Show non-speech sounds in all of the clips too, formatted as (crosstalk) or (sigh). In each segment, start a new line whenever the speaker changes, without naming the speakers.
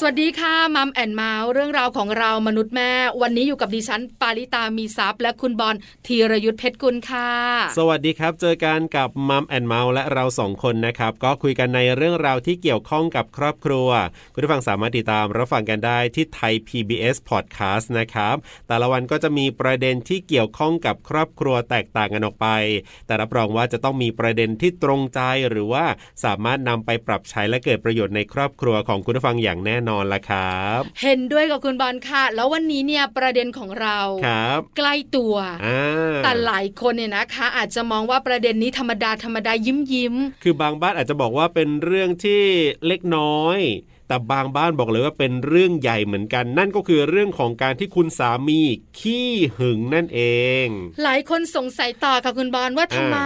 สวัสดีค่ะมัมแอนเมาส์เรื่องราวของเรามนุษย์แม่ วันนี้อยู่กับดิฉัน ปาริตามีซัพย์และคุณบอลธีรยุทธเพชรกุลค่ะ
สวัสดีครับ เจอกันกับมัมแอนเมาส์และเราสองคนนะครับ ก็คุยกันในเรื่องราวที่เกี่ยวข้องกับครอบครัว คุณผู้ฟังสามารถติดตามรับฟังกันได้ที่ไทย PBS Podcast นะครับ แต่ละวันก็จะมีประเด็นที่เกี่ยวข้องกับครอบครัวแตกต่างกันออกไป แต่รับรองว่าจะต้องมีประเด็นที่ตรงใจหรือว่าสามารถนำไปปรับใช้และเกิดประโยชน์ในครอบครัวของคุณผู้ฟังอย่างแน่นอนละครับ
เห็นด้วยกับคุณบอลค่ะ แล้ววันนี้เนี่ยประเด็นของเรา
ครับ
ใกล้ตัว
อ่า
แต่หลายคนเนี่ยนะคะ อาจจะมองว่าประเด็นนี้ธรรมดาธรรมดายิ้มยิ้ม
คือบางบ้านอาจจะบอกว่าเป็นเรื่องที่เล็กน้อย แต่บางบ้านบอกเลยว่าเป็นเรื่องใหญ่เหมือนกัน นั่นก็คือเรื่องของการที่คุณสามีขี้หึงนั่นเอง
หลายคนสงสัยต่อค่ะคุณบอลว่าทำไม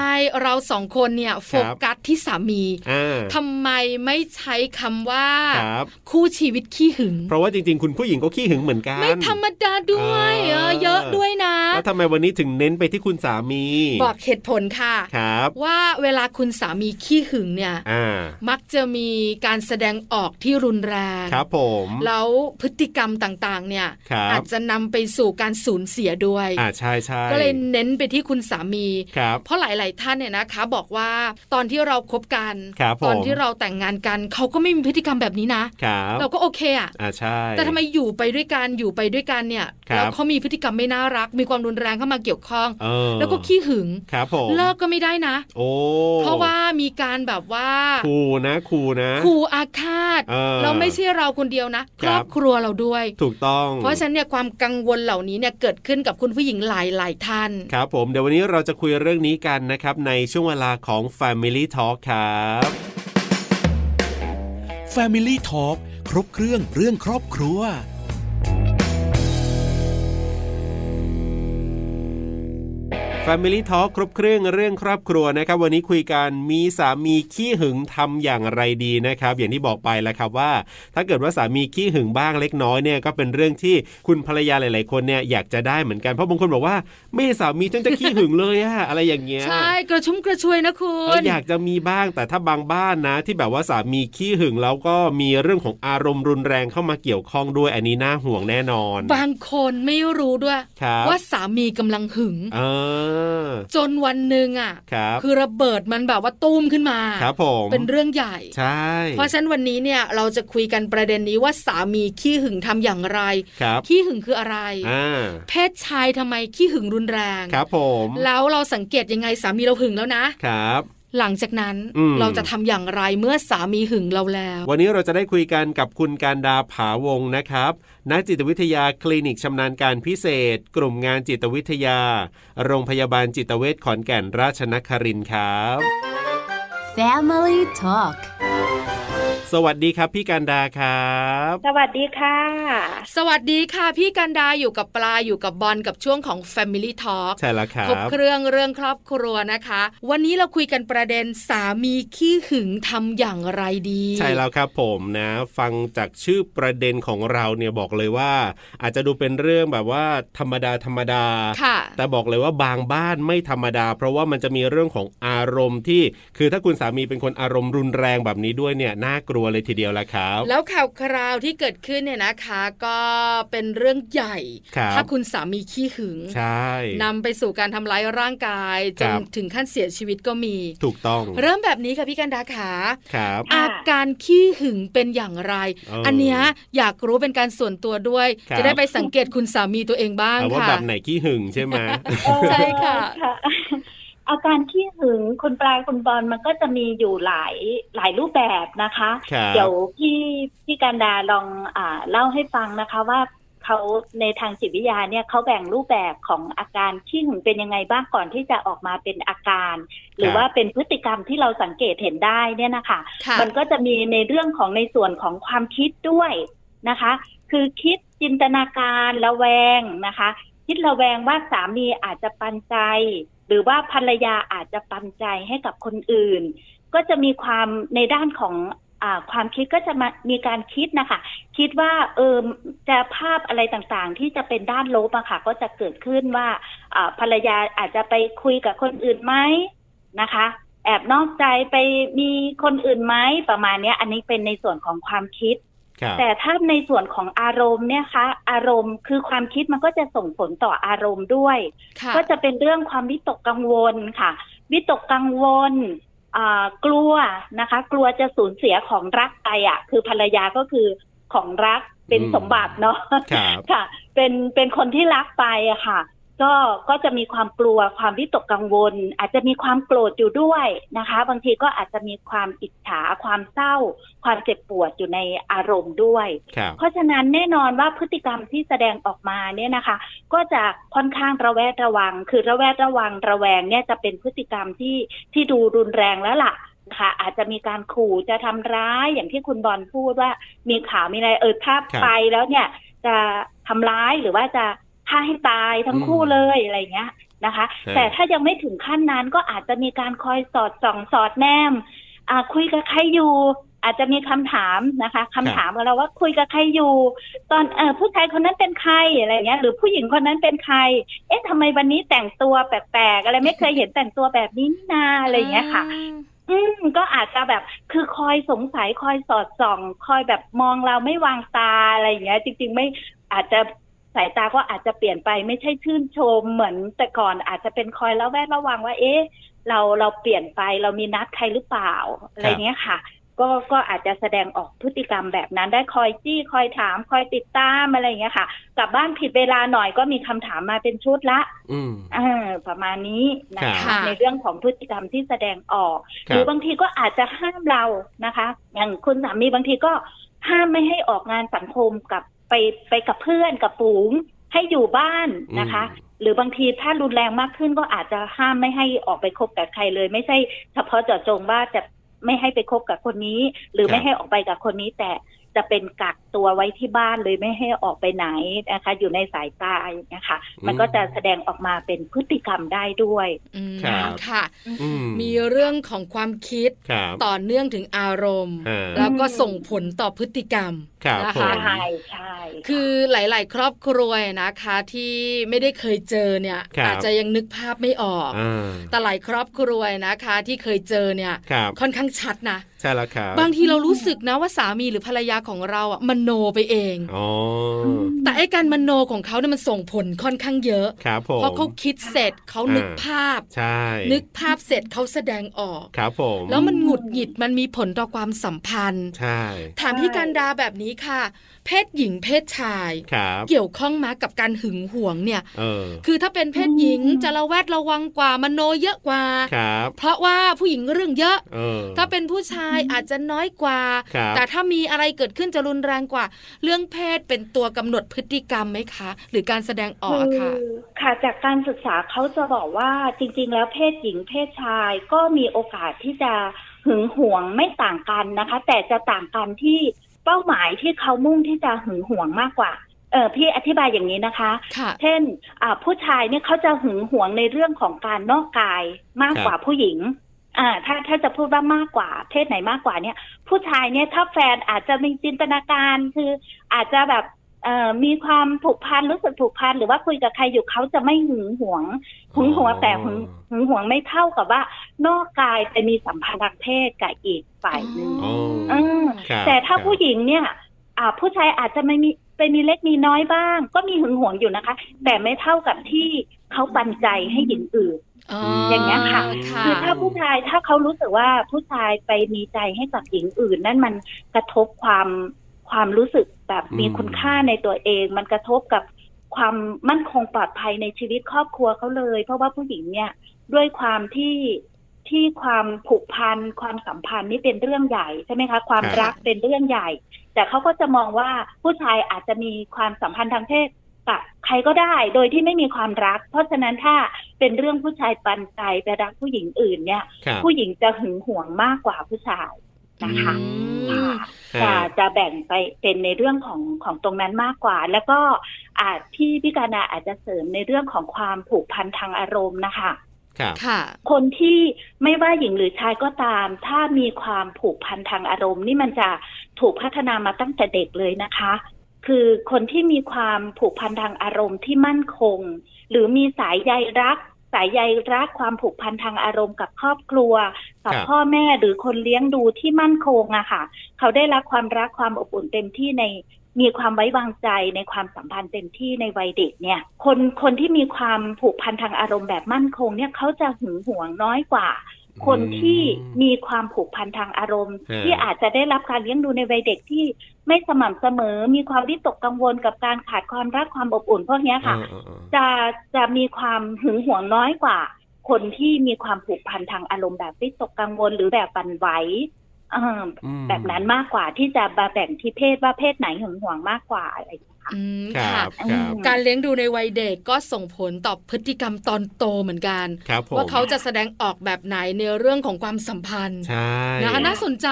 เราสองคนเนี่ยโฟกัสที่สามี
อ่า
ทำไมไม่ใช้คำว่า
ครับ
คู่ชีวิตขี้หึง
เพราะว่าจริงๆ คุณผู้หญิงก็ขี้หึงเหมือนกัน
ไม่ธรรมดาด้วยเอ
อ่า
อเยอะด้วยนะ
แล้วทำไมวันนี้ถึงเน้นไปที่คุณสามี
บอกเหตุผลค่ะ
ครับ
ว่าเวลาคุณสามีขี้หึงเนี่ย
อ่า
มักจะมีการแสดงออกที่รุนแรง
ครับผม
แล้วพฤติกรรมต่างๆ เนี่ย
ครับ
อาจจะนำไปสู่การสูญเสียด้วย
อ่าใช่ใช่
ก็เลยเน้นไปที่คุณสามี
ครับ
เพราะหลาย ๆ ท่านเนี่ยนะคะ บอกว่าตอนที่เราคบกัน
ครับผม
ตอนที่เราแต่งงานกันเขาก็ไม่มีพฤติกรรมแบบนี้นะ
ครับ
เราก็โอเคอะ
อ่าใช่
แต่ทำไมอยู่ไปด้วยกันอยู่ไปด้วยกันเนี่ย
ครับ
แล้วเขามีพฤติกรรมไม่น่ารัก มีความรุนแรงเข้ามาเกี่ยวข้อง
เออ
แล้วก็ขี้หึง
ครับผม
เลิกก็ไม่ได้นะ
โอ้
เพราะว่ามีการแบบว่า
คูนะคูนะ
ขู่อาฆาต
เออ
แล้วไม่ใช่เราคนเดียวนะค
ค
ร
รับ
อบครัวเราด้วย
ถูกต้อง
เพราะฉะนั้นเนี่ยความกังวลเหล่านี้เนี่ยเกิดขึ้นกับคุณผู้หญิงหลายหลายๆท่าน
ครับผมเดี๋ยววันนี้เราจะคุยเรื่องนี้กันนะครับ ในช่วงเวลาของ Family Talk ครับ
Family Talk ครบเครื่องเรื่องครอบครัว
Family Talk ครบเครื่องเรื่องครอบครัวนะครับ วันนี้คุยกันมีสามีขี้หึงทำอย่างไรดีนะครับ อย่างที่บอกไปแล้วครับว่า ถ้าเกิดว่าสามีขี้หึงบ้างเล็กน้อยเนี่ยก็เป็นเรื่องที่คุณภรรยาหลาย ๆ คนเนี่ยอยากจะได้เหมือนกันเพราะบางคนบอกว่า ไม่เห็นสามีฉันจะขี้หึงเลยอะอะไรอย่างเงี้ย
ใช่กระชุ่มกระชวยนะคุ
เออ
ณ
อยากจะมีบ้างแต่ถ้าบางบ้านนะ ที่แบบว่าสามีขี้หึงแล้วก็มีเรื่องของอารมณ์รุนแรงเข้ามาเกี่ยวข้องด้วยอันนี้น่าห่วงแน่นอน
บางคนไม่รู้ด้วย
ครับ
ว่าสามีกำลังหึง
เออ
จนวันหนึ่งอ่ะ
ครับ
คือระเบิดมันแบบว่าตุ้มขึ้นมา
ครับผม
เป็นเรื่องใหญ่
ใช่
เพราะฉะนั้นวันนี้เนี่ยเราจะคุยกันประเด็นนี้ว่าสามีขี้หึงทำอย่างไร
ครับ
ขี้หึงคืออะไร
อ่า
เพศชายทำไมขี้หึงรุนแรง
ครับผม
แล้วเราสังเกตยังไงสามีเราหึงแล้วนะ
ครับ
หลังจากนั้น
อืม
เราจะทำอย่างไรเมื่อสามีหึงเราแล้ว
วันนี้เราจะได้คุยกันกับคุณการดาผาวงศ์นะครับ นักจิตวิทยาคลินิกชำนาญการพิเศษ กลุ่มงานจิตวิทยา โรงพยาบาลจิตเวชขอนแก่นราชนครินทร์ครับ
Family Talk
สวัสดีครับพี่การดาครับ
สวัสดีค่ะ
สวัสดีค่ะพี่กันดาอยู่กับปลาอยู่กับบอลกับช่วงของ Family Talk
ใช่แล้วครั
ครบบ เครื่องเรื่องครอบครัวนะคะ วันนี้เราคุยกันประเด็นสามีขี้หึงทำอย่างไรดี
ใช่แล้วครับผมนะ ฟังจากชื่อประเด็นของเราเนี่ยบอกเลยว่า อาจจะดูเป็นเรื่องแบบว่าธรรมดาธรรมดา
ค่ะ
แต่บอกเลยว่าบางบ้านไม่ธรรมดา เพราะว่ามันจะมีเรื่องของอารมณ์ที่ คือถ้าคุณสามีเป็นคนอารมณ์รุนแรงแบบนี้ด้วยเนี่ยน่ากลัวเลยทีเดียวละครับ
แล้วข่าวคราวที่เกิดขึ้นเนี่ยนะคะ ก็เป็นเรื่องใหญ่
ครับ
ถ้าคุณสามีขี้หึง
ใช่
นำไปสู่การทำร้ายร่างกายจ
ครั
น
บ
ถึงขั้นเสียชีวิตก็มี
ถูกต้อง
เริ่มแบบนี้ค่ะพี่กันดาขา
ครับ
อ่ะ
อาการขี้หึงเป็นอย่างไร
เอออั
อันเนี้ยอยากรู้เป็นการส่วนตัวด้วย
ครับ
จะได้ไปสังเกตคุณสามีตัวเองบ้าง
แต่ว่า
ค่ะ
แบบไหนขี้หึงใช่ไหม
ใช่ค่ะ
เอออาการขี้หึงคุณปลาคุณบอลมันก็จะมีอยู่หลายหลายรูปแบบนะคะ
ครับ
เดี๋ยวพี่พี่การดาลองอ่าเล่าให้ฟังนะคะว่าเขาในทางจิตวิทยาเนี่ยเขาแบ่งรูปแบบของอาการขี้หึงเป็นยังไงบ้างก่อนที่จะออกมาเป็นอาการ หรื
ค
อ
รับ
ว่าเป็นพฤติกรรมที่เราสังเกตเห็นได้เนี่ยนะคะ
ค่ะ
มันก็จะมีในเรื่องของในส่วนของความคิดด้วยนะคะ คือคิดจินตนาการระแวงนะคะ คิดระแวงว่าสามีอาจจะปันใจ หรือว่าภรรยาอาจจะปันใจให้กับคนอื่น ก็จะมีความในด้านของอาความคิดก็จะมามีการคิดนะคะ คิดว่าเออจะภาพอะไรต่างๆ ที่จะเป็นด้านลบอะค่ะ ก็จะเกิดขึ้นว่าอ่าภรรยาอาจจะไปคุยกับคนอื่นไหม นะคะ แอบนอกใจไปมีคนอื่นไหมประมาณเนี้ย อันนี้เป็นในส่วนของความคิด
ครับ
แต่ถ้าในส่วนของอารมณ์เนี่ยคะอารมณ์คือความคิดมันก็จะส่งผลต่ออารมณ์ด้วย
ค่ะ
ก็จะเป็นเรื่องความวิตกกังวลค่ะ วิตกกังวลอ่ากลัวนะคะ กลัวจะสูญเสียของรักไปอ่ะ คือภรรยาก็คือของรักเป็นสมบัติเนาะ
ครับ
ค่ะ เป็นเป็นคนที่รักไปอะค่ะ ก็ก็จะมีความกลัวความวิตกกังวล อาจจะมีความโกรธอยู่ด้วยนะคะ บางทีก็อาจจะมีความอิจฉาความเศร้า ความเจ็บปวดอยู่ในอารมณ์ด้วย
ครับ
เพราะฉะนั้นแน่นอนว่าพฤติกรรมที่แสดงออกมาเนี่ยนะคะ ก็จะค่อนข้างระแวดระวัง คือระแวดระวังระแวงเนี่ยจะเป็นพฤติกรรมที่ที่ดูรุนแรงแล้วล่ะนะคะอาจจะมีการขู่จะทำร้ายอย่างที่คุณบอลพูดว่า มีข่าวมีอะไรเออ
ครั
ถ้า
บ
ไปแล้วเนี่ย จะทำร้ายหรือว่าจะฆ่าให้ตายทั้งคู่เลยอะไรอย่างเงี้ยนะคะ แต่ถ้ายังไม่ถึงขั้นนั้นก็อาจจะมีการคอยสอดส่องสอดแนมอ่าคุยกับใครอยู่ อาจจะมีคำถามนะคะคำถามกับเราว่าคุยกับใครอยู่ ตอนเออผู้ชายคนนั้นเป็นใครอะไรอย่างเงี้ย หรือผู้หญิงคนนั้นเป็นใคร เอ๊ะทำไมวันนี้แต่งตัวแปลกๆอะไรไม่เคยเห็นแต่งตัวแบบนี้นี่นาอะไรอย่างเงี้ยค่ะ อืมก็อาจจะแบบคือคอยสงสัยคอยสอดส่อง คอยแบบมองเราไม่วางตาอะไรอย่างเงี้ย จริง ๆ ไม่อาจจะสายตาก็อาจจะเปลี่ยนไปไม่ใช่ชื่นชมเหมือนแต่ก่อนอาจจะเป็นคอยแล้วแวดระวังว่า เอ๊ะ เราเราเปลี่ยนไปเรามีนัดใครหรือเปล่าอะไรเงี้ยค่ะ ก็ก็อาจจะแสดงออกพฤติกรรมแบบนั้นได้คอยจี้คอยถาม คอยติดตามอะไรอย่างเงี้ยค่ะ กลับบ้านผิดเวลาหน่อยก็มีคำถามมาเป็นชุดละ
อืม
อ่าประมาณนี้นะ
ครั
คะ
บ
ในเรื่องของพฤติกรรมที่แสดงออก
ครับ
หรือบางทีก็อาจจะห้ามเรานะคะ อย่างคุณสามีบางทีก็ห้ามไม่ให้ออกงานสังคมกับไปไปกับเพื่อนกับฝูงให้อยู่บ้านนะคะ หรือบางทีถ้ารุนแรงมากขึ้นก็อาจจะห้ามไม่ให้ออกไปคบกับใครเลย ไม่ใช่เฉพาะเจาะจงว่าจะไม่ให้ไปคบกับคนนี้ หรื
ค
อ
รับ
ไม่ให้ออกไปกับคนนี้แต่จะเป็นกักตัวไว้ที่บ้านเลยไม่ให้ออกไปไหนนะคะ อยู่ในสายตาอย่างเงี้ยค่ะ มันก็จะแสดงออกมาเป็นพฤติกรรมได้ด้วย
อืม
ครับ
ค่ะ
อื
มีเรื่องของความคิด
ครับ
ต่อเนื่องถึงอารมณ์
อ่า
แล้วก็ส่งผลต่อพฤติกรรม
ครับ
นะ
ผ
คะ
ม
ใช่ใช่ะ
คือหลาย ๆ ครอบครัวนะคะที่ไม่ได้เคยเจอเนี่ย
ครับ
อาจจะยังนึกภาพไม่ออก
อ่า
แต่หลายครอบครัวนะคะที่เคยเจอเนี่ย
ครับ
ค่อนข้างชัดนะ
ใช่แล้วครับ
บางทีเรารู้สึกนะว่าสามีหรือภรรยาของเราอ่ะมันโนไปเอง
อ๋อ
แต่ไอ้การมันโนของเขาเนี่ยมันส่งผลค่อนข้างเยอะ
ครับผม
เพราะเขาคิดเสร็จเขานึก
อ่า
ภาพ
ใช่
นึกภาพเสร็จเขาแสดงออก
ครับผม
แล้วมันหงุดหงิดมันมีผลต่อความสัมพันธ์
ใช่
ถามพี่การดาแบบนี้ค่ะ เพศหญิงเพศชาย
ครับ
เกี่ยวข้องมากับการหึงหวงเนี่ย
เออ
คือถ้าเป็นเพศหญิงจะระแวดระวังกว่ามโนเยอะกว่า
ครับ
เพราะว่าผู้หญิงเรื่องเยอะ
เออ
ถ้าเป็นผู้ชายอาจจะน้อยกว่า
ครับ
แต่ถ้ามีอะไรเกิดขึ้นจะรุนแรงกว่า เรื่องเพศเป็นตัวกำหนดพฤติกรรมไหมคะ หรือการแสดงออกอะค่ะ
อค่ะจากการศึกษาเขาจะบอกว่าจริง ๆ แล้วเพศหญิงเพศชายก็มีโอกาสที่จะหึงหวงไม่ต่างกันนะคะ แต่จะต่างกันที่เป้าหมายที่เขามุ่งที่จะหึงหวงมากกว่าเออพี่อธิบายอย่างนี้นะคะ
ค่ะ
เช่นอ่าผู้ชายเนี่ยเขาจะหึงหวงในเรื่องของการนอกกายมากกว่าผู้หญิงอ่าถ้าถ้าจะพูดว่ามากกว่า เพศไหนมากกว่าเนี่ย ผู้ชายเนี่ยถ้าแฟนอาจจะมีจินตนาการคืออาจจะแบบเอ่อมีความผูกพันรู้สึกผูกพันหรือว่าคุยกับใครอยู่เขาจะไม่หึงหวงหึงหวงแต่หึงหึงหวงไม่เท่ากับว่า นอกกายไปมีสัมพันธ์ทางเพศกับอีกฝ่ายหนึ่ง
อ๋อ
เออ
ครับ
แต่ถ้า
ครับ
ผู้หญิงเนี่ย อ่า ผู้ชายอาจจะไม่มีไปมีเล็กมีน้อยบ้าง ก็มีหึงหวงอยู่นะคะ แต่ไม่เท่ากับที่เขาปันใจให้หญิงอื่น
อ๋อ
อ
อย่าง
เงี้ยค่ะ
ค่ะ
คือถ้าผู้ชายถ้าเขารู้สึกว่าผู้ชายไปมีใจให้กับหญิงอื่น นั่นมันกระทบความความรู้สึกแบบมี
อืม
คุณค่าในตัวเอง มันกระทบกับความมั่นคงปลอดภัยในชีวิตครอบครัวเขาเลย เพราะว่าผู้หญิงเนี่ยด้วยความที่ที่ความผูกพันความสัมพันธ์นี่เป็นเรื่องใหญ่ใช่ไหมคะ ความ
ครับ
รักเป็นเรื่องใหญ่ แต่เขาก็จะมองว่าผู้ชายอาจจะมีความสัมพันธ์ทางเพศ กับใครก็ได้โดยที่ไม่มีความรัก เพราะฉะนั้นถ้าเป็นเรื่องผู้ชายปันใจไปรักผู้หญิงอื่นเนี่ย
ครับ
ผู้หญิงจะหึงหวงมากกว่าผู้ชายนะคะ
อืม
ฮะ
ค่ะจะจะแบ่งไปเป็นในเรื่องของของตรงนั้นมากกว่า แล้วก็อาจที่พี่การณาอาจจะเสริมในเรื่องของความผูกพันทางอารมณ์นะคะ
ครับ
ค่ะ
คนที่ไม่ว่าหญิงหรือชายก็ตาม ถ้ามีความผูกพันทางอารมณ์ นี่มันจะถูกพัฒนามาตั้งแต่เด็กเลยนะคะ คือคนที่มีความผูกพันทางอารมณ์ที่มั่นคง หรือมีสายใยรัก สายใยรักความผูกพันทางอารมณ์กับครอบครัว กับ
ครับ
พ่อแม่หรือคนเลี้ยงดูที่มั่นคงอะค่ะ เขาได้รับความรักความอบอุ่นเต็มที่ในมีความไว้วางใจในความสัมพันธ์เต็มที่ในวัยเด็กเนี่ย คนคนที่มีความผูกพันทางอารมณ์แบบมั่นคงเนี่ยเขาจะหึงหวงน้อยกว่า คนที่มีความผูกพันทางอารมณ์
ฮะ
ที่อาจจะได้รับการเลี้ยงดูในวัยเด็กที่ไม่สม่ำเสมอ มีความวิตกกังวลกับการขาดความรักความอบอุ่นพวกเนี้ยค่ะ
อ่าอ่าอ่า
จะจะมีความหึงหวงน้อยกว่า คนที่มีความผูกพันทางอารมณ์แบบวิตกกังวลหรือแบบปันไหวเอิ่ม
อืม
แบบนั้นมากกว่าที่จะมาแบ่งที่เพศว่าเพศไหนหึงหวงมากกว่าอะไรอย่างเงี้ย
อืม
ค
ค่ะ
รับครับ
การเลี้ยงดูในวัยเด็กก็ส่งผลต่อพฤติกรรมตอนโตเหมือนกัน
ครับผม
ว่าเขาจะแสดงออกแบบไหนในเรื่องของความสัมพันธ์
ใช่
นะคะน่าสนใจ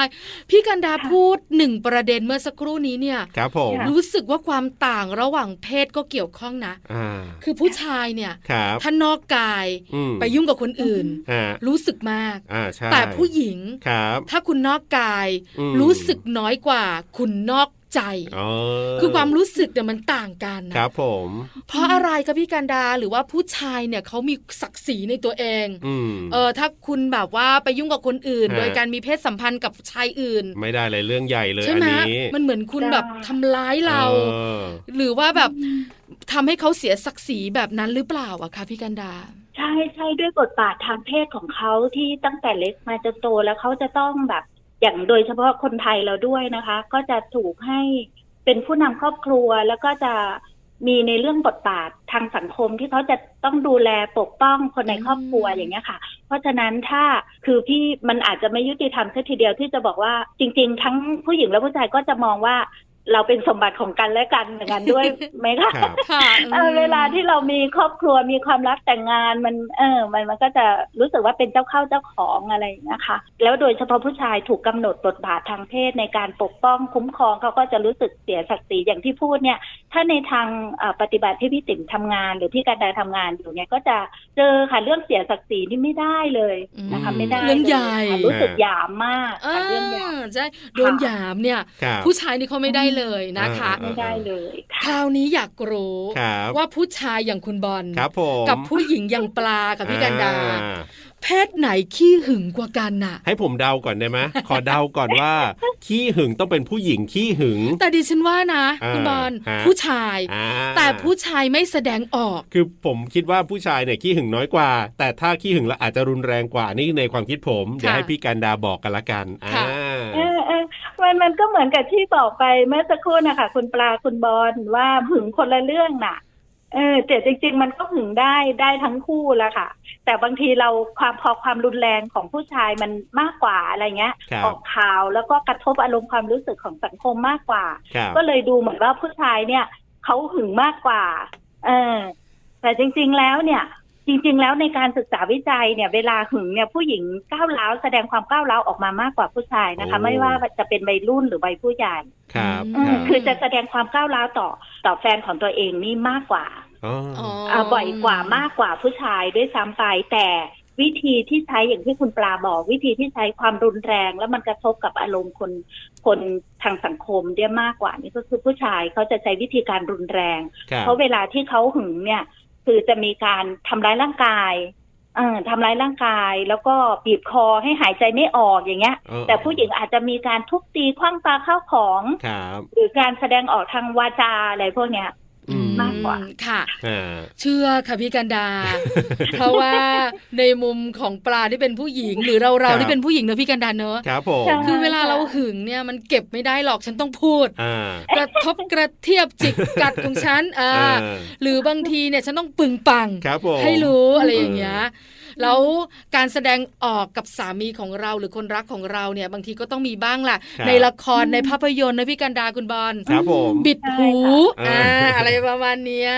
พี่กันดาพูดหนึ่งประเด็นเมื่อสักครู่นี้เนี่ย
ครับผม
ค่ะ
รู้สึกว่าความต่างระหว่างเพศก็เกี่ยวข้องนะ
อ่า
คือผู้ชายเนี่ย
ครับ
ถ้านอกกาย
อืม
ไปยุ่งกับคนอื่น
ฮะ
รู้สึกมาก
อ่าใช่
แต่ผู้หญิง
ครับ
ถ้าคุณนอกกาย
อืม
รู้สึกน้อยกว่า คุณนอกใจ
อ๋อ
คือความรู้สึกเนี่ยมันต่างกันนะ
ครับผม
เพราะอะไรคะพี่การดาหรือว่าผู้ชายเนี่ยเขามีศักดิ์ศรีในตัวเอง
อืม
เออถ้าคุณแบบว่าไปยุ่งกับคนอื่น
ฮะ
โดยการมีเพศสัมพันธ์กับชายอื่น
ไม่ได้เลยเรื่องใหญ่เลย
ใช่
อัน
ไหม
นี้
มันเหมือนคุณแบบทำร้ายเรา
ออ
หรือว่าแบบทำให้เขาเสียศักดิ์ศรีแบบนั้นหรือเปล่าอะคะพี่กันดา
ใช่ใช่ด้วยบทบาททางเพศของเขาที่ตั้งแต่เล็กมาจนโตแล้วเขาจะต้องแบบ อย่างโดยเฉพาะคนไทยเราด้วยนะคะ ก็จะถูกให้เป็นผู้นำครอบครัวแล้วก็จะมีในเรื่องบทบาททางสังคมที่เขาจะต้องดูแลปกป้องคนในครอบครัว
อืม
อย่างเงี้ยค่ะ เพราะฉะนั้นถ้าคือพี่มันอาจจะไม่ยุติธรรมซะทีเดียวที่จะบอกว่าจริง ๆ ทั้งผู้หญิงและผู้ชายก็จะมองว่าเราเป็นสมบัติของกันและกันอย่างนั้นด้วยไหมคะ
ครับ
ค่ะ
เออเวลาที่เรามีครอบครัวมีความรักแต่งงานมันเออมันมันก็จะรู้สึกว่าเป็นเจ้าเข้าเจ้าของอะไรนะคะ แล้วโดยเฉพาะผู้ชายถูกกำหนดบทบาททางเพศในการปกป้องคุ้มครองเขาก็จะรู้สึกเสียศักดิ์ศรีอย่างที่พูดเนี่ย ถ้าในทางเอ่อปฏิบัติที่พี่ติ๋มทำงาน หรือพี่การดาทำงานอยู่เนี่ยก็จะเจอค่ะเรื่องเสียศักดิ์ศรีนี่ไม่ได้เลยนะคะไม่ได้ลย
เรื่องใหญ่
ค่ะรู้สึกหยามมาก
เอ
ค่ะ
อ
เรื่องหยาม
ใช่โดน
ค่ะ
หยามเนี่ย
ครับ
ผู้ชายนี่เขาไม่ได้เลยนะคะ
อ่า
ไม่ได้เลยค่ะ
คราวนี้อยากรู้
ครับ
ว่าผู้ชายอย่างคุณบอล
ครับผม
กับผู้หญิงอย่างปลากับพี่กันดา
อ่
เพศไหนขี้หึงกว่ากันน่ะ
ให้ผมเดาก่อนได้ไหมขอเดาก่อนว่า ขี้หึงต้องเป็นผู้หญิงขี้หึง
แต่ดิฉันว่านะ
อ่า
คุณบอล
ฮะ
ผู้ชาย
อ่า
แต่ผู้ชายไม่แสดงออก
คือผมคิดว่าผู้ชายเนี่ยขี้หึงน้อยกว่า แต่ถ้าขี้หึงแล้วอาจจะรุนแรงกว่านี่ในความคิดผม เดี๋ยวให้พี่กันดาบอกกันละกันอ่า
ค่ะ
เออเออมันมันก็เหมือนกับที่บอกไปเมื่อสักครู่นะคะคุณปลาคุณบอลว่าหึงคนละเรื่องน่ะ เออแต่จริง ๆ มันก็หึงได้ได้ทั้งคู่ละค่ะ แต่บางทีเราความพอความรุนแรงของผู้ชายมันมากกว่าอะไรเงี้ย
ครับ
ออกข่าวแล้วก็กระทบอารมณ์ความรู้สึกของสังคมมากกว่า
ครับ
ก็เลยดูเหมือนว่าผู้ชายเนี่ยเขาหึงมากกว่า เออ แต่จริง ๆ แล้วเนี่ย จริง ๆ แล้วในการศึกษาวิจัยเนี่ยเวลาหึงเนี่ยผู้หญิงก้าวร้าวแสดงความก้าวร้าวออกมามากกว่าผู้ชายนะคะ ไม่ว่าจะเป็นวัยรุ่นหรือวัยผู้ใหญ่
ครับ
อืม
ครับ
คือจะแสดงความก้าวร้าวต่อต่อแฟนของตัวเองนี่มากกว่า
อ๋ออ
อ่าบ่อยกว่ามากกว่าผู้ชายด้วยซ้ำไป แต่วิธีที่ใช้อย่างที่คุณปลาบอก วิธีที่ใช้ความรุนแรง แล้วมันกระทบกับอารมณ์คนคนทางสังคมเดียมากกว่านี่ก็คือผู้ชายเขาจะใช้วิธีการรุนแรง
ครับ
เพราะเวลาที่เขาหึงเนี่ย คือจะมีการทำร้ายร่างกายเออทำร้ายร่างกาย แล้วก็บีบคอให้หายใจไม่ออกอย่างเงี้ย
เออ
แต่ผู้หญิงอาจจะมีการทุบตีคว้างปาข้าวของ
ครับ
หรือการแสดงออกทางวาจาอะไรพวกเนี้ย
อืม
มากกว่า
อืค่ะ
อ่า
เชื่อค่ะพี่กัน
(laughs)
ดา เพราะว่าในมุมของปลาที่เป็นผู้หญิง หรือเรา
ครั
เรา
บ
ที่เป็นผู้หญิงเนอะพี่กันดาเนอะ
ครับผม
ใช่
คือเวลาเราหึงเนี่ยมันเก็บไม่ได้หรอกฉันต้องพูด
อ่าก
ระทบกระเทียบจิกกัดของฉันอ่า
อ่า
หรือบางทีเนี่ยฉันต้องปึงปัง
ครับผม
ให้รู้อะไรอย่างเงี้ย
เอ
แล้วการแสดงออกกับสามีของเราหรือคนรักของเราเนี่ย บางทีก็ต้องมีบ้างแหละ
ครับ
ในละครในภาพยนตร์นะพี่กันดาคุณบอล
ครับผม
บิดหู
ใช่
อ่า
ค่ะ
อะไรประมาณเนี้ย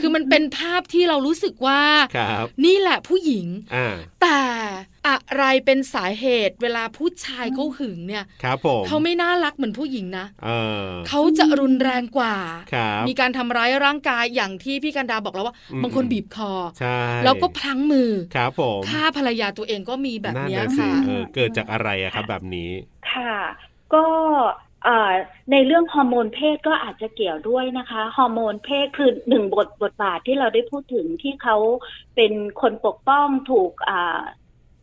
คือมันเป็นภาพที่เรารู้สึกว่า
ครับ
นี่แหละผู้หญิง
อ่า
แต่อะไรเป็นสาเหตุเวลาผู้ชายเขาหึงเนี่ย
ครับผม
เขาไม่น่ารักเหมือนผู้หญิงนะ
เออ
เขาจะรุนแรงกว่า
ครับ
มีการทำร้ายร่างกายอย่างที่พี่กันดาบอกแล้วว่า บางคนบีบคอ
ใช่
แล้วก็พลั้งมือ
ครับผม
ฆ่าภรรยาตัวเองก็มีแบบ
นั่น
เนี้ย
น่ะสิ
ค่ะ
เออเกิดจากอะไรอะครับแบบนี้
ค่ะ ก็ เอ่อในเรื่องฮอร์โมนเพศก็อาจจะเกี่ยวด้วยนะคะฮอร์โมนเพศคือหนึ่งบทบทบาทที่เราได้พูดถึงที่เขาเป็นคนปกป้องถูกอ่า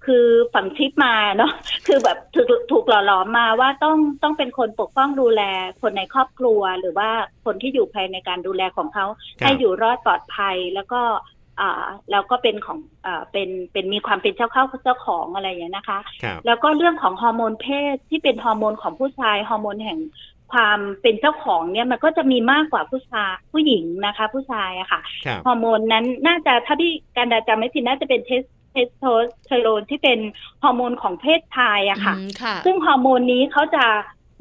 คือฝังชิปมาเนาะ (laughs) คือแบบถูกถูกหล่อหลอมมาว่าต้องต้องเป็นคนปกป้องดูแล คนในครอบครัว หรือว่าคนที่อยู่ภายในการดูแลของเขา
ครับ
ให้อยู่รอดปลอดภัยแล้วก็อ่าแล้วก็เป็นของอ่าเป็นเป็นมีความเป็นเจ้าเข้าเจ้าของอะไรอย่างนี้ยนะคะ
ครับ
แล้วก็เรื่องของฮอร์โมนเพศที่เป็นฮอร์โมนของผู้ชายฮอร์โมนแห่งความเป็นเจ้าของเนี่ยมันก็จะมีมากกว่าผู้ชายผู้หญิงนะคะ ผู้ชายอะค่ะ
ครับ
ฮอร์โมนนั้นน่าจะถ้าพี่การดาจำไม่ผิดน่าจะเป็นเทสเทสโทสเทอโรนที่เป็นฮอร์โมนของเพศชายอะค่ะ
อืมค่ะ
ซึ่งฮอร์โมนนี้เขาจะ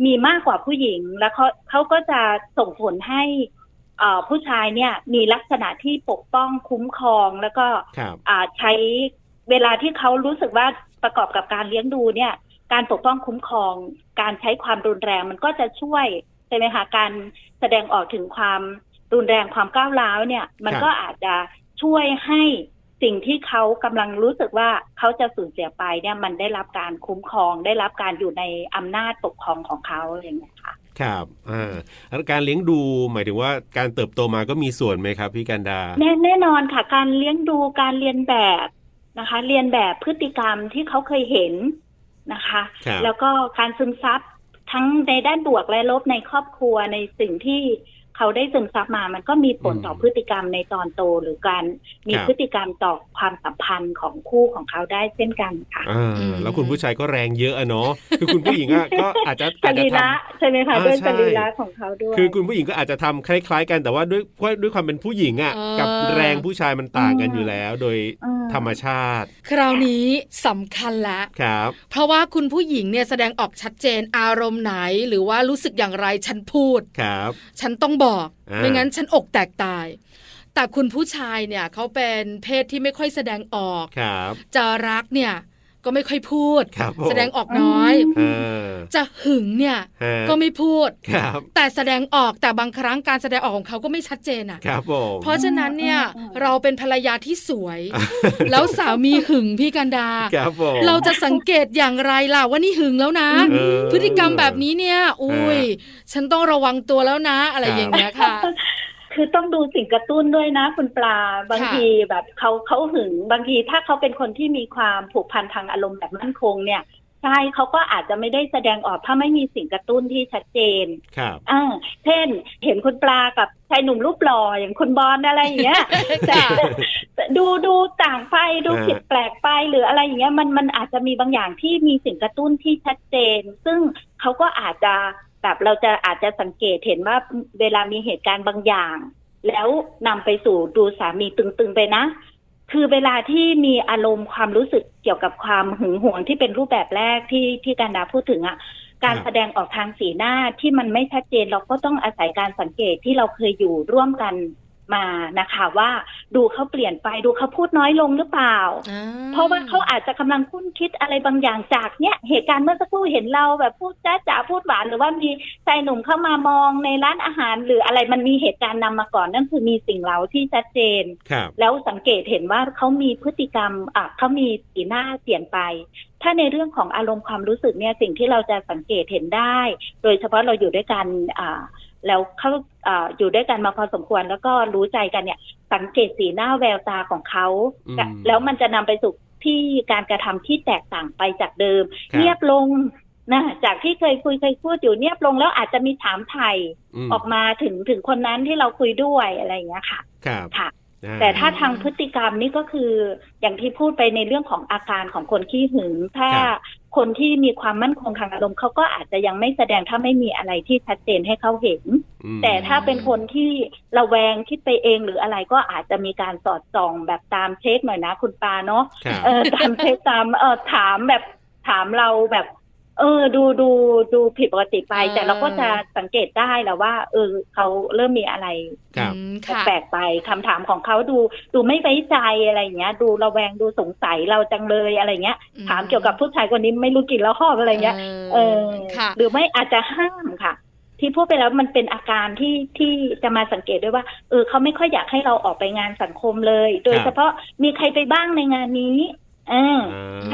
มีมากกว่าผู้หญิง แล้วเขาเขาก็จะส่งผลให้เอ่อผู้ชายเนี่ยมีลักษณะที่ปกป้องคุ้มครองแล้วก็
ครับ
อ่าใช้เวลาที่เขารู้สึกว่าประกอบกับการเลี้ยงดูเนี่ย การปกป้องคุ้มครอง การใช้ความรุนแรงมันก็จะช่วยใช่ไหมคะการแสดงออกถึงความรุนแรงความก้าวร้าวเนี่ย มันก็อาจจะช่วยให้สิ่งที่เขากำลังรู้สึกว่าเขาจะสูญเสียไปเนี่ยมันได้รับการคุ้มครอง ได้รับการอยู่ในอำนาจปกครองของเขาอย่างเงี้ยค่ะ
ครับอ่าแล้วการเลี้ยงดูหมายถึงว่าการเติบโตมาก็มีส่วนไหมครับ พี่กันดา
แน่แน่นอนค่ะ การเลี้ยงดูการเรียนแบบนะคะ เรียนแบบพฤติกรรมที่เขาเคยเห็นนะคะ
ครับ
แล้วก็การซึมซับทั้งในด้านบวกและลบในครอบครัวในสิ่งที่เขาได้ซึมซับมา มันก็มีผลต่อพฤติกรรมในตอนโต หรือการมีพฤติกรรมต่อความสัมพันธ์ของคู่ของเขาได้เช่นกันค่ะ
อ่า
อืม
แล้วคุณผู้ชายก็แรงเยอะอะเนาะคือคุณผู้หญิงอะก็อาจจะ
ส
อาจจะ
รี
ท
ระใช่ไหมคะ
อ่า
ด้วยส
ใช่
รีระของเขาด้วย
คือคุณผู้หญิงก็อาจจะทำคล้ายๆ กันแต่ว่าด้วยด้วยความเป็นผู้หญิงอะ
เออ
กับแรงผู้ชายมันต่างกัน
อืม
อยู่แล้ว โดย
อ่า
ธรรมชาติ
คราวนี้สำคัญละ
ครับ
เพราะว่าคุณผู้หญิงเนี่ยแสดงออกชัดเจนอารมณ์ไหน หรือว่ารู้สึกอย่างไรฉันพูด
ครับ
ฉันต้องบอก
อ่า
ไม่งั้นฉันอกแตกตาย แต่คุณผู้ชายเนี่ยเขาเป็นเพศที่ไม่ค่อยแสดงออก
ครับ
จะรักเนี่ยก็ไม่ค่อยพูด
ครับผม
แสดงออกน้อย
อืม
อ่า
จะหึงเนี่ย
ฮะ
ก็ไม่พูด
ครับ
แต่แสดงออกแต่บางครั้งการแสดงออกของเขาก็ไม่ชัดเจนอ่ะ
ครับผม
เพราะฉะนั้นเนี่ย
อืม
เราเป็นภรรยาที่ส
(laughs)
วย แล้วสามีหึงพี่กันดา
ครับผม
เราจะสังเกตอย่างไรล่ะว่านี่หึงแล้วนะ
เออ
พฤติกรรมแบบนี้เนี่ย อุ้ย
ฮ
ฉันต้องระวังตัวแล้วนะ อะไร
ครับ
อย่างเงี้ยค่ะ
คือต้องดูสิ่งกระตุ้นด้วยนะ คุณปลาบางทีแบบเขาเขาหึงบางทีถ้าเขาเป็นคนที่มีความผูกพันทางอารมณ์แบบมั่นคงเนี่ยใช่เขาก็อาจจะไม่ได้แสดงออกถ้าไม่มีสิ่งกระตุ้นที่ชัดเจน
ครับ
อ่าเช่น เห็นคุณปลากับชายหนุ่มรูปหล่ออย่างคุณบอลอะไรอย่างเงี้ย แต่
ค่ะ
(laughs) ดูดูต่างไปดูผิดแปลกไปหรืออะไรอย่างเงี้ยมันมันอาจจะมีบางอย่างที่มีสิ่งกระตุ้นที่ชัดเจน ซึ่งเขาก็อาจจะแบบเราจะอาจจะสังเกตเห็นว่าเวลามีเหตุการณ์บางอย่าง แล้วนำไปสู่ดูสามีตึงๆไปนะ คือเวลาที่มีอารมณ์ความรู้สึกเกี่ยวกับความหึงหวงที่เป็นรูปแบบแรกที่ที่การดาพูดถึงอะการแสดงออกทางสีหน้าที่มันไม่ชัดเจนเราก็ต้องอาศัยการสังเกตที่เราเคยอยู่ร่วมกันมานะคะว่าดูเขาเปลี่ยนไปดูเขาพูดน้อยลงหรือเปล่า
อ่
เพราะว่าเขาอาจจะกำลังคุ้นคิดอะไรบางอย่างจากเนี้ยเหตุการณ์เมื่อสักครู่เห็นเราแบบพูดจ้าจ๋าพูดหวานหรือว่ามีชายหนุ่มเข้ามามองในร้านอาหาร หรืออะไรมันมีเหตุการณ์นำมาก่อนนั่นคือมีสิ่งเราที่ชัดเจน
ครับ
แล้วสังเกตเห็นว่าเขามีพฤติกรรมอ่ะเขามีสีหน้าเปลี่ยนไป ถ้าในเรื่องของอารมณ์ความรู้สึกเนี่ยสิ่งที่เราจะสังเกตเห็นได้ โดยเฉพาะเราอยู่ด้วยกันอ่าแล้วเขาอ่าอยู่ด้วยกันมาพอสมควร แล้วก็รู้ใจกันเนี่ย สังเกตสีหน้าแววตาของเขา
อืม
แล้วมันจะนำไปสู่ที่การกระทำที่แตกต่างไปจากเดิม
ครับ
เงียบลงนะจากที่เคยคุยเคยพูดอยู่เงียบลงแล้วอาจจะมีถามไทย
อืม
ออกมาถึงถึงคนนั้นที่เราคุยด้วยอะไรอย่างเงี้ยค่ะ
ครับ
ค่ะ
อ่
แต่ถ้าทางพฤติกรรมนี่ก็คืออย่างที่พูดไปในเรื่องของอาการของคนขี้หึง ถ้าคนที่มีความมั่นคงทางอารมณ์เขาก็อาจจะยังไม่แสดงถ้าไม่มีอะไรที่ชัดเจนให้เขาเห็น
อืม
แต่ถ้าเป็นคนที่ระแวงคิดไปเองหรืออะไรก็อาจจะมีการสอดส่องแบบตามเช็คหน่อยนะคุณปาเนาะ
ครับ
เออตามเช็คตามเออถามแบบถามเราแบบ เออ ดูดูดูผิดปกติไป แต่เราก็จะสังเกตได้แหล้วว่า เออเขาเริ่มมีอะไร
ครับ
อืมค่ะ
แปลกๆไปคำถามของเขาดูดูไม่ไว้ใจอะไรอย่างเงี้ย ดูระแวงดูสงสัยเราจังเลยอะไรเงี้ย
อืม
ถามเกี่ยวกับผู้ชายคนนี้ไม่รู้กี่ละห้อบอะไรเงี้ย เออ
ค่ะ
หรือไม่อาจจะห้ามค่ะ ที่พูดไปแล้วมันเป็นอาการที่ที่จะมาสังเกตด้วยว่าเออเขาไม่ค่อยอยากให้เราออกไปงานสังคมเลย โดย
ครับ
เฉพาะมีใครไปบ้างในงานนี้เออ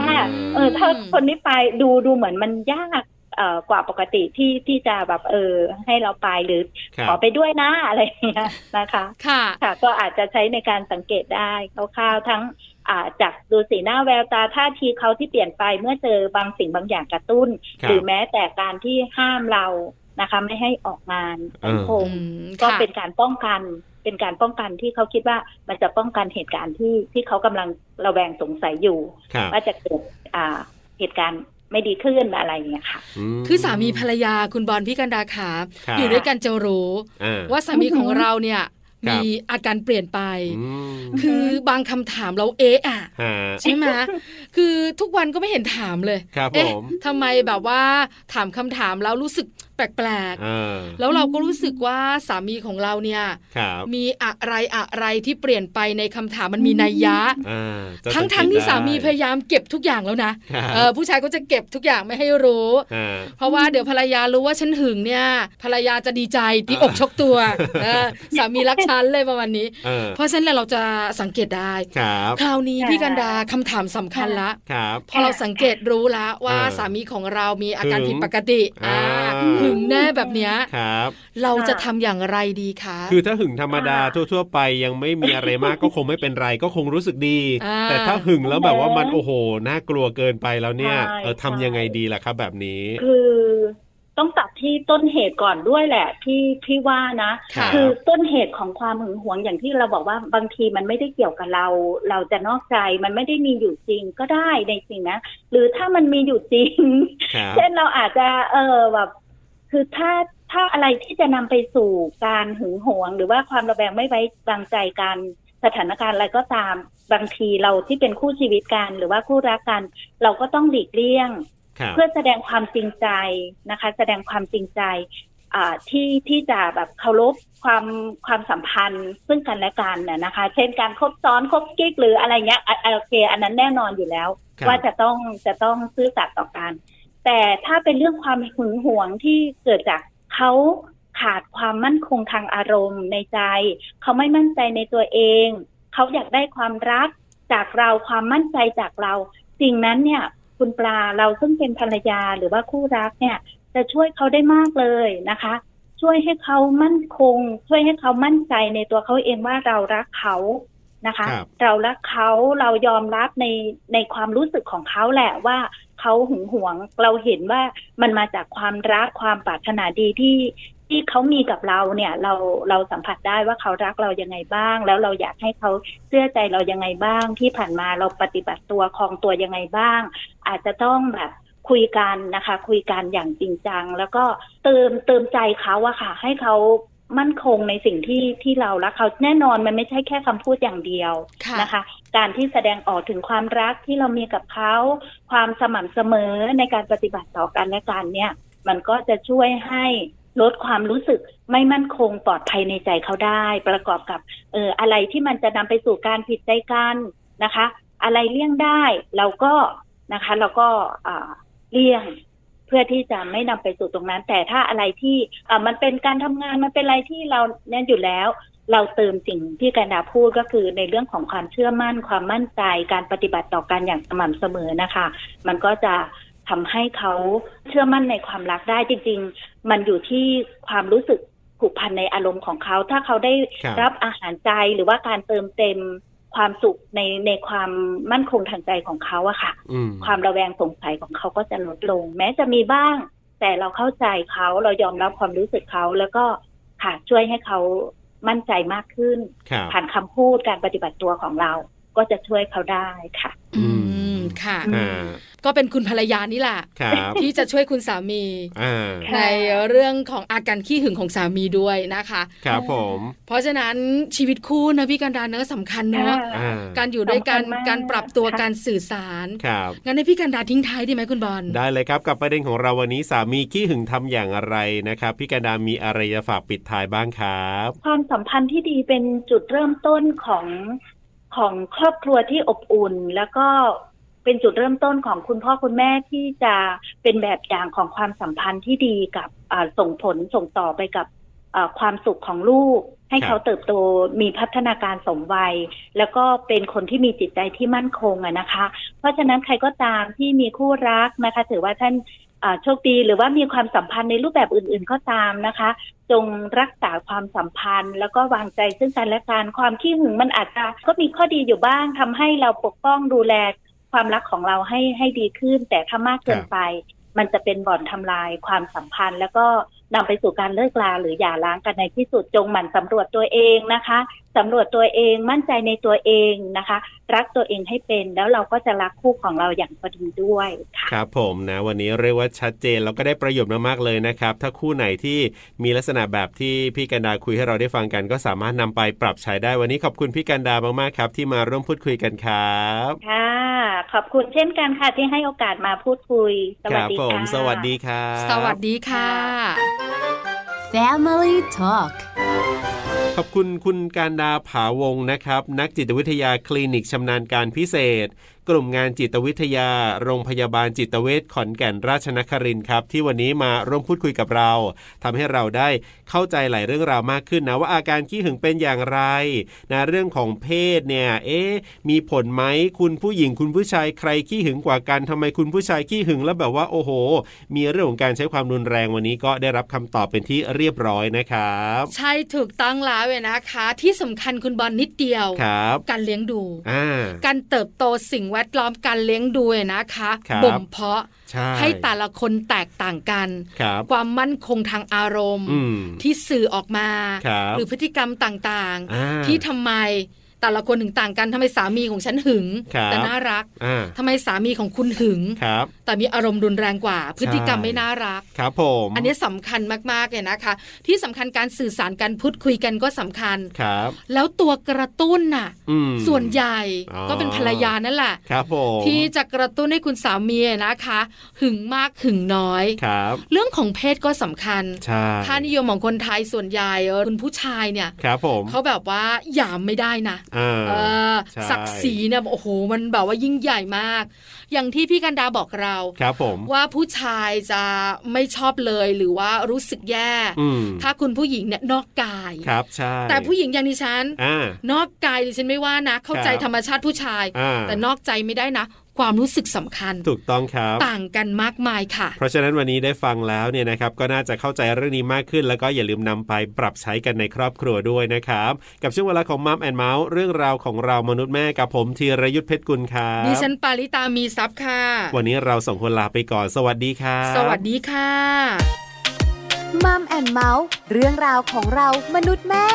อ่า
ค่ะเออถ้าคนนี้ไปดูดูเหมือนมันยาก เอ่อกว่าปกติที่ที่จะแบบเออให้เราไปหรือ
ครับ
ขอไปด้วยนะอะไรอย่างเงี้ยนะคะ
ค่ะ
ค่ะก็อาจจะใช้ในการสังเกตได้คร่าวๆทั้งอ่าจากดูสีหน้าแววตาท่าทีเขาที่เปลี่ยนไปเมื่อเจอบางสิ่งบางอย่างกระตุ้น
ครับ
หรือแม้แต่การที่ห้ามเรานะคะ ไม่ให้ออกงานสังคม
อืม
ก็
ค่ะ
เป็นการป้องกันเป็นการป้องกันที่เขาคิดว่ามันจะป้องกันเหตุการณ์ที่ที่เขากำลังระแวงสงสัยอยู่
ครับ
ว่าจะเกิดอ่าเหตุการณ์ไม่ดีขึ้นอะไรอย่างเงี้ยค่ะ
ม
คือสามีภรรยาคุณบอลพี่กันดาขา
ครับ
อยู่ด้วยกันจะรู้
อ่
ว่าสามีของเราเนี่ย
ครับ
มีอาการเปลี่ยนไป
อืม
คือบางคำถามเราเอะอะ
ฮะ
ใช่ไหม คือทุกวันก็ไม่เห็นถามเลย
ครับ
เอ๊ะ
ผม
ทำไมแบบว่าถามคำถามแล้วรู้สึกแปลก
อ่า
ๆ แล้วเราก็รู้สึกว่าสามีของเราเนี่ย
ครับ
มีอะไรอะไรที่เปลี่ยนไปในคำถามมันมีนัยยะ
อ่าจะ
ทั้ง
สัเก
ทั้งที่
ได้
สามีพยายามเก็บทุกอย่างแล้วนะครับ เออผู้ชายก็จะเก็บทุกอย่างไม่ให้รู้
อ่า
เพราะว่าเดี๋ยวภรรยารู้ว่าฉันหึงเนี่ย ภรรยาจะดีใจตีอกชกตัวเออสามีรักฉันเลยประมาณนี้
เออ
เพราะฉะนั้นแหละเราจะสังเกตได้
ครับ
คราวนี้
ค่ะ
พี่กันดาคำถามสำคัญละ
ครับ
พอเราสังเกตรู้ละว่า
เออ
สามีของเรามีอาการ
หึง
ผิดปกติ
อ่า
อ่าหึงแน่แบบเนี้ย
ครับ
เราจะทำอย่างไรดีคะ
คือถ้าหึงธรรมดาทั่วๆไปยังไม่มีอะไรมาก ก็คงไม่เป็นไรก็คงรู้สึกดี
า
แต่ถ้าหึงแล้วแบบว่ามันโอ้โหน่ากลัวเกินไปแล้วเนี่ย
ใช่
เออ
ใช่
ทำยังไงดีล่ะครับ แบบนี้
คือต้องตัดที่ต้นเหตุก่อนด้วยแหละที่พี่ว่านะ
ค่ะ
คือต้นเหตุของความหึงหวงอย่างที่เราบอกว่าบางทีมันไม่ได้เกี่ยวกับเรา เราจะนอกใจมันไม่ได้มีอยู่จริงก็ได้ในสิ่งนะหรือถ้ามันมีอยู่จริง
ครับ
เช่นเราอาจจะเออแบบคือถ้าถ้าอะไรที่จะนำไปสู่การหึงหวง หรือว่าความระแวงไม่ไว้วางใจกันสถานการณ์อะไรก็ตามบางทีเราที่เป็นคู่ชีวิตกันหรือว่าคู่รักกัน เราก็ต้องหลีกเลี่ยง
ครับ
เพื่อแสดงความจริงใจนะคะ แสดงความจริงใจอ่าที่ที่จะแบบเคารพความความสัมพันธ์ซึ่งกันและกันน่ะนะคะ เช่นการคบซ้อนคบกิ๊กหรืออะไรเงี้ยอ่ะอ่ะโอเค อันนั้นแน่นอนอยู่แล้ว
ครับ
ว่าจะต้องจะต้องซื่อสัตย์ต่อกัน แต่ถ้าเป็นเรื่องความหึงหวงที่เกิดจากเขาขาดความมั่นคงทางอารมณ์ในใจ เขาไม่มั่นใจในตัวเอง เขาอยากได้ความรักจากเราความมั่นใจจากเรา สิ่งนั้นเนี่ย คุณปลาเราซึ่งเป็นภรรยาหรือว่าคู่รักเนี่ย จะช่วยเขาได้มากเลยนะคะ ช่วยให้เขามั่นคง ช่วยให้เขามั่นใจในตัวเขาเองว่าเรารักเขานะคะ
ครับ
เรารักเขาเรายอมรับในในความรู้สึกของเขาแหละว่าเขาหึงหวง เราเห็นว่ามันมาจากความรักความปรารถนาดีที่ที่เขามีกับเราเนี่ย เราเราสัมผัสได้ว่าเขารักเรายังไงบ้าง แล้วเราอยากให้เขาเชื่อใจเรายังไงบ้าง ที่ผ่านมาเราปฏิบัติตัวครองตัวยังไงบ้าง อาจจะต้องแบบคุยกันนะคะ คุยกันอย่างจริงจัง แล้วก็เติมเติมใจเขาอะค่ะ ให้เขามั่นคงในสิ่งที่ที่เรารักเขาแน่นอนมันไม่ใช่แค่คำพูดอย่างเดียว
ค่ะ
นะคะ การที่แสดงออกถึงความรักที่เรามีกับเขา ความสม่ำเสมอในการปฏิบัติต่อกันและกันเนี่ย มันก็จะช่วยให้ลดความรู้สึกไม่มั่นคงปลอดภัยในใจเขาได้ ประกอบกับเอออะไรที่มันจะนำไปสู่การผิดใจกันนะคะ อะไรเลี่ยงได้เราก็นะคะ เราก็อ่าเลี่ยง เพื่อที่จะไม่นำไปสู่ตรงนั้น แต่ถ้าอะไรที่อ่ามันเป็นการทำงานมันเป็นอะไรที่เราเนี่ยอยู่แล้ว เราเติมสิ่งที่กันดาพูดก็คือในเรื่องของความเชื่อมั่น ความมั่นใจ การปฏิบัติต่อกันอย่างสม่ำเสมอนะคะ มันก็จะทำให้เขาเชื่อมั่นในความรักได้จริง ๆ มันอยู่ที่ความรู้สึกผูกพันในอารมณ์ของเขา ถ้าเขาได้
ครับ
รับอาหารใจหรือว่าการเติมเต็มความสุขในในความมั่นคงทางใจของเขาอะค่ะ
อืม
ความระแวงสงสัยของเขาก็จะลดลง แม้จะมีบ้าง แต่เราเข้าใจเขาเรายอมรับความรู้สึกเขาแล้วก็ค่ะช่วยให้เขามั่นใจมากขึ้น
ครับ
ผ่านคำพูดการปฏิบัติตัวของเรา ก็จะช่วยเขาได้ค่ะ
อืมค่ะ
อ่า
ก็เป็นคุณภรรยานี่แหละ
ครับ
ที่จะช่วยคุณสามี
อ่า
ค่ะ
ในเรื่องของอาการขี้หึงของสามีด้วยนะคะ
ครับผม
เพราะฉะนั้นชีวิตคู่นะพี่กันดาเนอะสำคัญเนอะ
อ่า
การอยู่ด้วยกัน
สำคัญมาก
การปรับตัวการสื่อสาร
ครับ
งั้นให้พี่กันดาทิ้งท้ายดีไหมคุณบอล
ได้เลยครับกับประเด็นของเราวันนี้สามีขี้หึงทำอย่างไรนะครับ พี่กันดามีอะไรจะฝากปิดท้ายบ้างครับ
ความสัมพันธ์ที่ดีเป็นจุดเริ่มต้นของของครอบครัวที่อบอุ่น แล้วก็เป็นจุดเริ่มต้นของคุณพ่อคุณแม่ที่จะเป็นแบบอย่างของความสัมพันธ์ที่ดีกับอ่าส่งผลส่งต่อไปกับอ่าความสุขของลูก ให้
ครั
เขา
บ
เติบโตมีพัฒนาการสมวัย แล้วก็เป็นคนที่มีจิตใจที่มั่นคงอะนะคะ เพราะฉะนั้นใครก็ตามที่มีคู่รักนะคะ ถือว่าท่าน เ อ่าโชคดีหรือว่ามีความสัมพันธ์ในรูปแบบอื่นๆก็ตามนะคะ จงรักษาความสัมพันธ์ แล้วก็วางใจซึ่งกันและกันความขี้หึงมันอาจจะก็มีข้อดีอยู่บ้างทำให้เราปกป้องดูแลความรักของเราให้ให้ดีขึ้น แต่ถ้ามากเกิน
ครับ
ไป มันจะเป็นบ่อนทำลายความสัมพันธ์ แล้วก็นำไปสู่การเลิกลาหรือหย่าร้างกันในที่สุดจงหมั่นสำรวจตัวเองนะคะสำรวจตัวเองมั่นใจในตัวเองนะคะ รักตัวเองให้เป็น แล้วเราก็จะรักคู่ของเราอย่างพอดีด้วยค่ะ
ครับผมนะวันนี้เรียกว่าชัดเจนแล้วก็ได้ประโยชน์มากๆเลยนะครับ ถ้าคู่ไหนที่มีลักษณะแบบที่พี่กันดาคุยให้เราได้ฟังกัน ก็สามารถนำไปปรับใช้ได้วันนี้ขอบคุณพี่กันดามากๆครับ ที่มาร่วมพูดคุยกันครับ
ค่ะ ขอบคุณเช่นกันค่ะที่ให้โอกาสมาพูดคุย ส
ค
วัส
รับ
ดี
ผ
ค่ะ
ม สวัสดีครับ
สวัสดีค่ะ
Family Talk
ขอบคุณคุณการดาผาวงศ์นะครับ นักจิตวิทยาคลินิกชำนาญการพิเศษ กลุ่มงานจิตวิทยา โรงพยาบาลจิตเวชขอนแก่นราชนครินทร์ครับ ที่วันนี้มาร่วมพูดคุยกับเราทำให้เราได้เข้าใจหลายเรื่องราวมากขึ้นนะว่าอาการขี้หึงเป็นอย่างไรนะเรื่องของเพศเนี่ยเอ๊ะมีผลไหมคุณผู้หญิงคุณผู้ชายใครขี้หึงกว่ากันทำไมคุณผู้ชายขี้หึงแล้วแบบว่าโอ้โห มีเรื่องของการใช้ความรุนแรงวันนี้ก็ได้รับคำตอบเป็นที่เรียบร้อยนะครับ
ใช่ถูกต้องแล้วเว้ยนะคะ ที่สำคัญคุณบอลนิดเดียว
ครับ
การเลี้ยงดู
อ่า
การเติบโตสิ่งแวดล้อมการเลี้ยงดูเว้ยนะคะ
ครับ
บ่มเพาะ
ใช่
ให้แต่ละคนแตกต่างกัน
ครับ
ความมั่นคงทางอารมณ์
อืม
ที่สื่อออกมา
ครับ
หรือพฤติกรรมต่าง
อ่า
ๆ ที่ทำไมแต่ละคนถึงต่างกันทำไมสามีของฉันหึง
ครับ
แต่น่ารัก
อ่า
ทำไมสามีของคุณหึง
ครับ
แต่มีอารมณ์รุนแรงกว่า พฤติกรรม
ใช่
ไม่น่ารัก
ครับผม
อันนี้สำคัญมากๆเลยนะคะ ที่สำคัญการสื่อสารการพูดคุยกันก็สำคัญ
ครับ
แล้วตัวกระตุ้นน่ะ
อืม
ส่วนใหญ่
อ๋อ
ก็เป็นภรรยานั่นแหละ
ครับผม
ที่จะกระตุ้นให้คุณสามีนะคะ หึงมากหึงน้อย
ครับ
เรื่องของเพศก็สำคัญ
ใช่
ค่านิยมของคนไทยส่วนใหญ่เออคุณผู้ชายเนี่ย
ครับผม
เขาแบบว่าหยามไม่ได้นะ
อ่า
เออ
ใช่
ศักดิ์ศรีเนี่ยโอ้โหมันแบบว่ายิ่งใหญ่มาก อย่างที่พี่กันดาบอกเรา
ครับผม
ว่าผู้ชายจะไม่ชอบเลยหรือว่ารู้สึกแย่
อืม
ถ้าคุณผู้หญิงเนี่ยนอกกาย
ครับใช่
แต่ผู้หญิงอย่างดิฉัน
อ่า
นอกกายดิฉันไม่ว่านะ เข้าใจ
ครับ
ธรรมชาติผู้ชาย
อ่า
แต่นอกใจไม่ได้นะ ความรู้สึกสำคัญ
ถูกต้องครับ
ต่างกันมากมายค่ะ
เพราะฉะนั้นวันนี้ได้ฟังแล้วเนี่ยนะครับ ก็น่าจะเข้าใจเรื่องนี้มากขึ้น แล้วก็อย่าลืมนำไปปรับใช้กันในครอบครัวด้วยนะครับ กับช่วงเวลาของมัมแอนเมาส์เรื่องราวของเรามนุษย์แม่กับผมธีรยุทธเพชรกุลครับ
ดิฉันปาริตามีซับค่ะ
วันนี้เราส่งคนลาไปก่อน สวัสดีครับ
สวัสดีค่ะ
มัมแอนเมาส์เรื่องราวของเรามนุษย์แม่